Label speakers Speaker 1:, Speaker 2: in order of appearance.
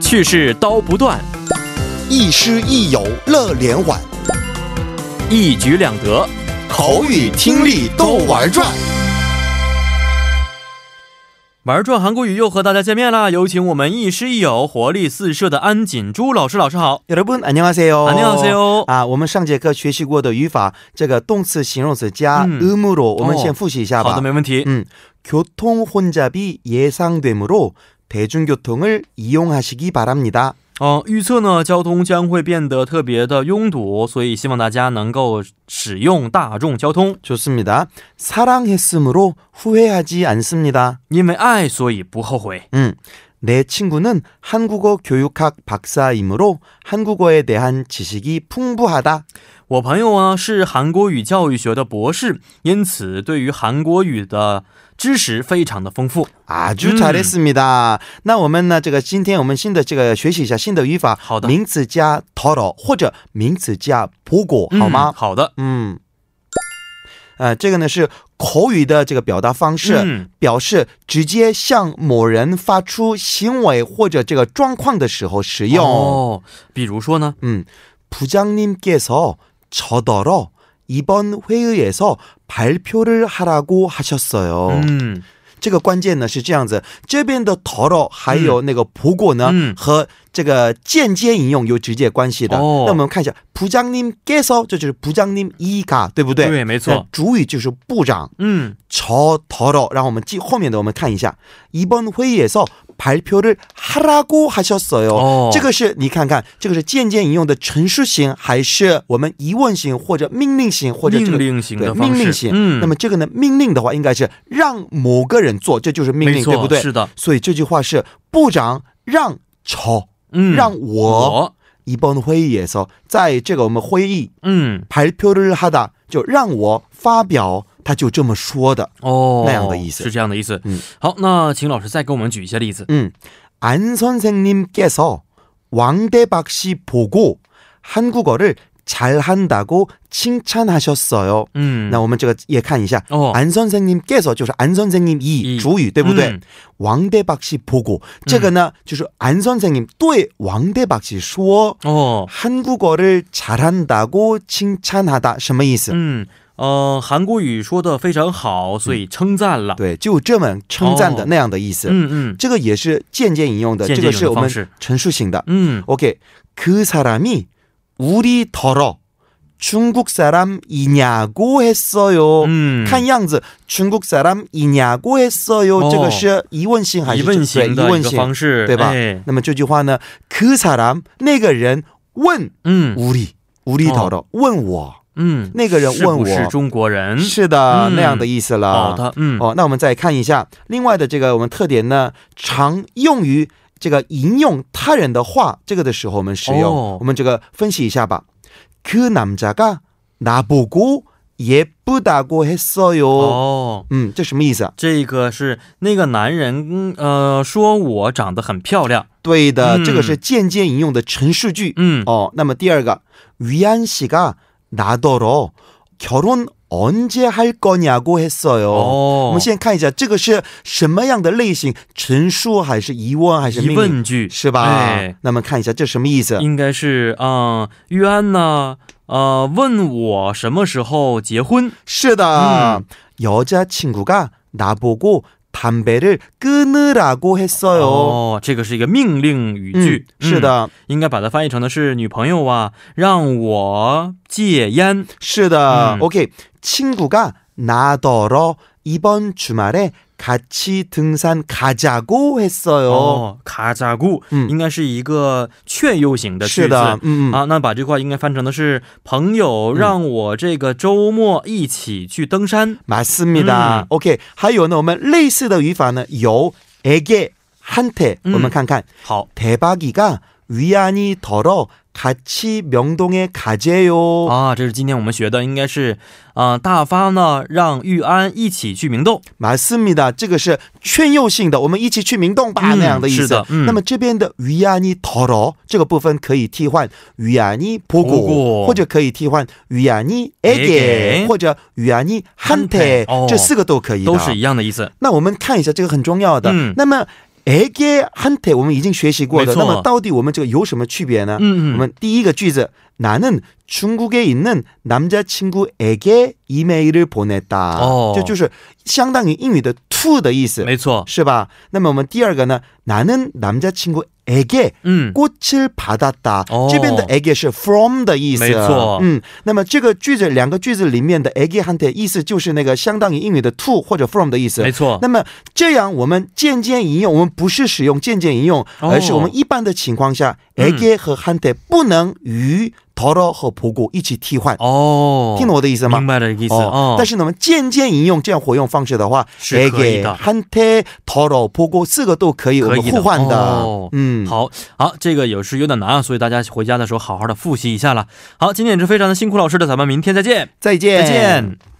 Speaker 1: 去世刀不断，
Speaker 2: 亦师亦友乐连环，
Speaker 1: 一举两得。
Speaker 2: 口语听力都玩转。
Speaker 1: 玩转韩国语又和大家见面啦！有请我们亦师亦友、活力四射的安锦珠老师。老师好，
Speaker 3: 여러분 안녕하세요.
Speaker 1: 안녕하세요.
Speaker 3: 啊，我们上节课学习过的语法，这个动词、形容词加
Speaker 1: 嗯
Speaker 3: 의무로，我们先复习一下
Speaker 1: 好
Speaker 3: 吧
Speaker 1: 的，。没问题。
Speaker 3: 음, 교통 혼잡이 예상되므로 대중교통을 이용하시기 바랍니다.
Speaker 1: 嗯、预测呢，交通将会变得特别的拥堵，所以希望大家能够使用大众交通。
Speaker 3: 좋습니다. 사랑했으므로 후회하지 않습니다.
Speaker 1: 因为爱，所以不后悔。
Speaker 3: 음, 내 친구는 한국어 교육학 박사이므로 한국어에 대한 지식이 풍부하다.
Speaker 1: 我朋友啊是韩国语教育学的博士，因此对于韩国语的知识非常的丰富。
Speaker 3: 아주
Speaker 1: 음.
Speaker 3: 잘했습니다. 那我们呢？这个今天我们新的这个学习一下新的语法，
Speaker 1: 好的。
Speaker 3: 名词加 더러 或者名词加 보고 好吗？
Speaker 1: 嗯好的，
Speaker 3: 嗯，呃，这个呢是口语的这个表达方式，
Speaker 1: 嗯
Speaker 3: 表示直接向某人发出行为或者这个状况的时候使用。
Speaker 1: 哦，比如说呢，
Speaker 3: 음, 부장님께서 저더러 이번 회의에서 발표를 하라고 하셨어요.
Speaker 1: 嗯，
Speaker 3: 这个关键呢是这样子，这边的 toro 还有那个不过呢、
Speaker 1: 嗯
Speaker 3: 和这个间接引用有直接关系的。
Speaker 1: 哦
Speaker 3: 那我们看一下，부장님께서这就是부장님一가，对不对？
Speaker 1: 对没错
Speaker 3: 那主语就是部长。
Speaker 1: 嗯，
Speaker 3: 저 더러，然后我们记后面的，我们看一下，이번회의에서발표를하라고하셨어요。
Speaker 1: 哦
Speaker 3: 这个是你看看，这个是间接引用的陈述型，还是我们疑问型或者命令型或者、这个、
Speaker 1: 命令型的
Speaker 3: 对
Speaker 1: 方式
Speaker 3: 命令型。
Speaker 1: 嗯
Speaker 3: 那么这个呢，命令的话应该是让某个人做，这就是命
Speaker 1: 没
Speaker 3: 令，
Speaker 1: 错，
Speaker 3: 对不对？
Speaker 1: 是的，
Speaker 3: 所以这句话是部长让朝
Speaker 1: 嗯，
Speaker 3: 让我
Speaker 1: 我，
Speaker 3: 이번会议에서，在这个我们会议
Speaker 1: 嗯，
Speaker 3: 발표를하다就让我发表，他就这么说的。
Speaker 1: 哦，
Speaker 3: 那样的意思
Speaker 1: 是这样的意思。
Speaker 3: 嗯
Speaker 1: 好，那请老师再给我们举一些例子。
Speaker 3: 음, 안 선생님께서 왕대박 씨 보고 한국어를 잘한다고 칭찬하셨어요.
Speaker 1: 嗯，
Speaker 3: 那我们这个也看一下，
Speaker 1: 哦
Speaker 3: 安선생님께서就是安선생님이
Speaker 1: 어. 이
Speaker 3: 主语对不对
Speaker 1: 嗯？
Speaker 3: 王대박씨보고这个呢就是安선생님对王대박씨说
Speaker 1: 哦，
Speaker 3: 한국어를잘한다고칭찬하다什么意思？
Speaker 1: 嗯，呃，韩国语说的非常好，所以称赞了。
Speaker 3: 嗯对，就这么称赞的
Speaker 1: 哦
Speaker 3: 那样的意思。
Speaker 1: 嗯嗯
Speaker 3: 这个也是间接引用的，
Speaker 1: 间接
Speaker 3: 这
Speaker 1: 引用
Speaker 3: 个
Speaker 1: 的
Speaker 3: 是我
Speaker 1: 方
Speaker 3: 们
Speaker 1: 式
Speaker 3: 陈述型的。
Speaker 1: 嗯，
Speaker 3: 오케이. 그 사람이 우리 더러 중국 사람이냐고 했어요.
Speaker 1: 嗯，
Speaker 3: 看样子 중국 사람이냐고 했어요.
Speaker 1: 어. 疑问型的一个方
Speaker 3: 这个是疑问性还是疑问型？对吧？那么这句话呢？그
Speaker 1: 式，哎
Speaker 3: 그 사람 那个人问
Speaker 1: 嗯
Speaker 3: 우리 우리 더러 问我
Speaker 1: 嗯，
Speaker 3: 那个人问我
Speaker 1: 是不是中国人，
Speaker 3: 是的、
Speaker 1: 嗯。
Speaker 3: 那样的意思了。
Speaker 1: 好的，嗯，
Speaker 3: 哦，那我们再看一下另外的这个我们特点呢，常用于这个引用他人的话，这个的时候我们使用。
Speaker 1: 哦
Speaker 3: 我们这个分析一下吧。그남자가나보고예쁘다고했어요。
Speaker 1: 哦，
Speaker 3: 嗯，这什么意思啊？
Speaker 1: 这个是那个男人，嗯呃，说我长得很漂亮，
Speaker 3: 对的，
Speaker 1: 嗯
Speaker 3: 这个是间接引用的陈述句。
Speaker 1: 嗯，
Speaker 3: 哦，那么第二个，위안씨가나더러결혼언제할거냐고했어요。
Speaker 1: 哦，
Speaker 3: 我们先看一下这个是什么样的类型，陈述还是疑问还是
Speaker 1: 疑
Speaker 3: 命令？
Speaker 1: 问句
Speaker 3: 是吧？
Speaker 1: 哎，
Speaker 3: 那么看一下这什么意思？
Speaker 1: 应该是，嗯，玉安呢，呃，问我什么时候结婚？
Speaker 3: 是的，여자친구가나보고담배를끊으라고했어요。
Speaker 1: 哦，这个是一个命令语句，
Speaker 3: 哎嗯、是的，
Speaker 1: 嗯，应该把它翻译成的是女朋友啊，让我戒烟。
Speaker 3: 是的。
Speaker 1: 嗯
Speaker 3: OK，친구가나더러이번주말에같이등산가자고했어요。
Speaker 1: 哦，卡扎固，
Speaker 3: 嗯
Speaker 1: 应该是一个劝诱型的句子。
Speaker 3: 是的， 음。 嗯嗯嗯。
Speaker 1: 啊，那把这块应该翻成的是朋友让我这个周末一起去登山。
Speaker 3: 맞습니다.
Speaker 1: 음.
Speaker 3: 오케이. 还有呢，我们类似的语法呢，有에게한테
Speaker 1: 음.
Speaker 3: 我们看看
Speaker 1: 好
Speaker 3: 대박이가 위안이 덜어 같이 명동에 가재요.
Speaker 1: 啊，这是今天我们学的，应该是啊、大发呢让玉安一起去明洞。
Speaker 3: 맞습니다. 这个是劝诱性的，我们一起去明洞吧、
Speaker 1: 嗯，
Speaker 3: 那样的意思。
Speaker 1: 是的，嗯。
Speaker 3: 那么这边的 위안이 덜어 这个部分可以替换 위안이 보고
Speaker 1: 보고。
Speaker 3: 或者可以替换 위안이 에게
Speaker 1: 에게。
Speaker 3: 或者 위안이 한테
Speaker 1: 한테。哦。
Speaker 3: 这四个都可以的。
Speaker 1: 都是一样的意思。
Speaker 3: 那我们看一下这个很重要的。
Speaker 1: 嗯
Speaker 3: 那么 에게한테我们已经学习过的，
Speaker 1: 没错
Speaker 3: 那么到底我们这个有什么区别呢？我
Speaker 1: 음, 음.
Speaker 3: 们第一个句子，나는중국에있는남자친구에게이메일을보냈다，
Speaker 1: 哦
Speaker 3: 这就是相当于英语的 to 的意思，
Speaker 1: 没错，
Speaker 3: 是吧？那么我们第二个呢，나는남자친구에게
Speaker 1: 嗯，
Speaker 3: 꽃을받았다。
Speaker 1: 哦
Speaker 3: 这边的 egg 是 from 的意思，
Speaker 1: 没错
Speaker 3: 嗯，那么这个句子两个句子里面的 egg hunt 的意思就是那个相当于英语的 to 或者 from 的意思。
Speaker 1: 没错
Speaker 3: 那，么这样我们渐渐引用，我们不是使用渐渐引用，
Speaker 1: 哦
Speaker 3: 而是我们一般的情况下、
Speaker 1: 嗯
Speaker 3: e g g 和 hunt 不能与 toro 和 p o 一起替换。
Speaker 1: 哦，
Speaker 3: 听懂我的意思吗？
Speaker 1: 明白了意思哦，
Speaker 3: 但是呢，我们渐渐引用这样活用方式的话，
Speaker 1: 是可以的
Speaker 3: 에게 한테더러보고四个都可以，我
Speaker 1: 可
Speaker 3: 们
Speaker 1: 以
Speaker 3: 互换的。
Speaker 1: 哦、
Speaker 3: 嗯，
Speaker 1: 好好，这个有时有点难啊，所以大家回家的时候好好的复习一下了。好，今天也是非常的辛苦老师的，咱们明天再见，
Speaker 3: 再见，
Speaker 1: 再见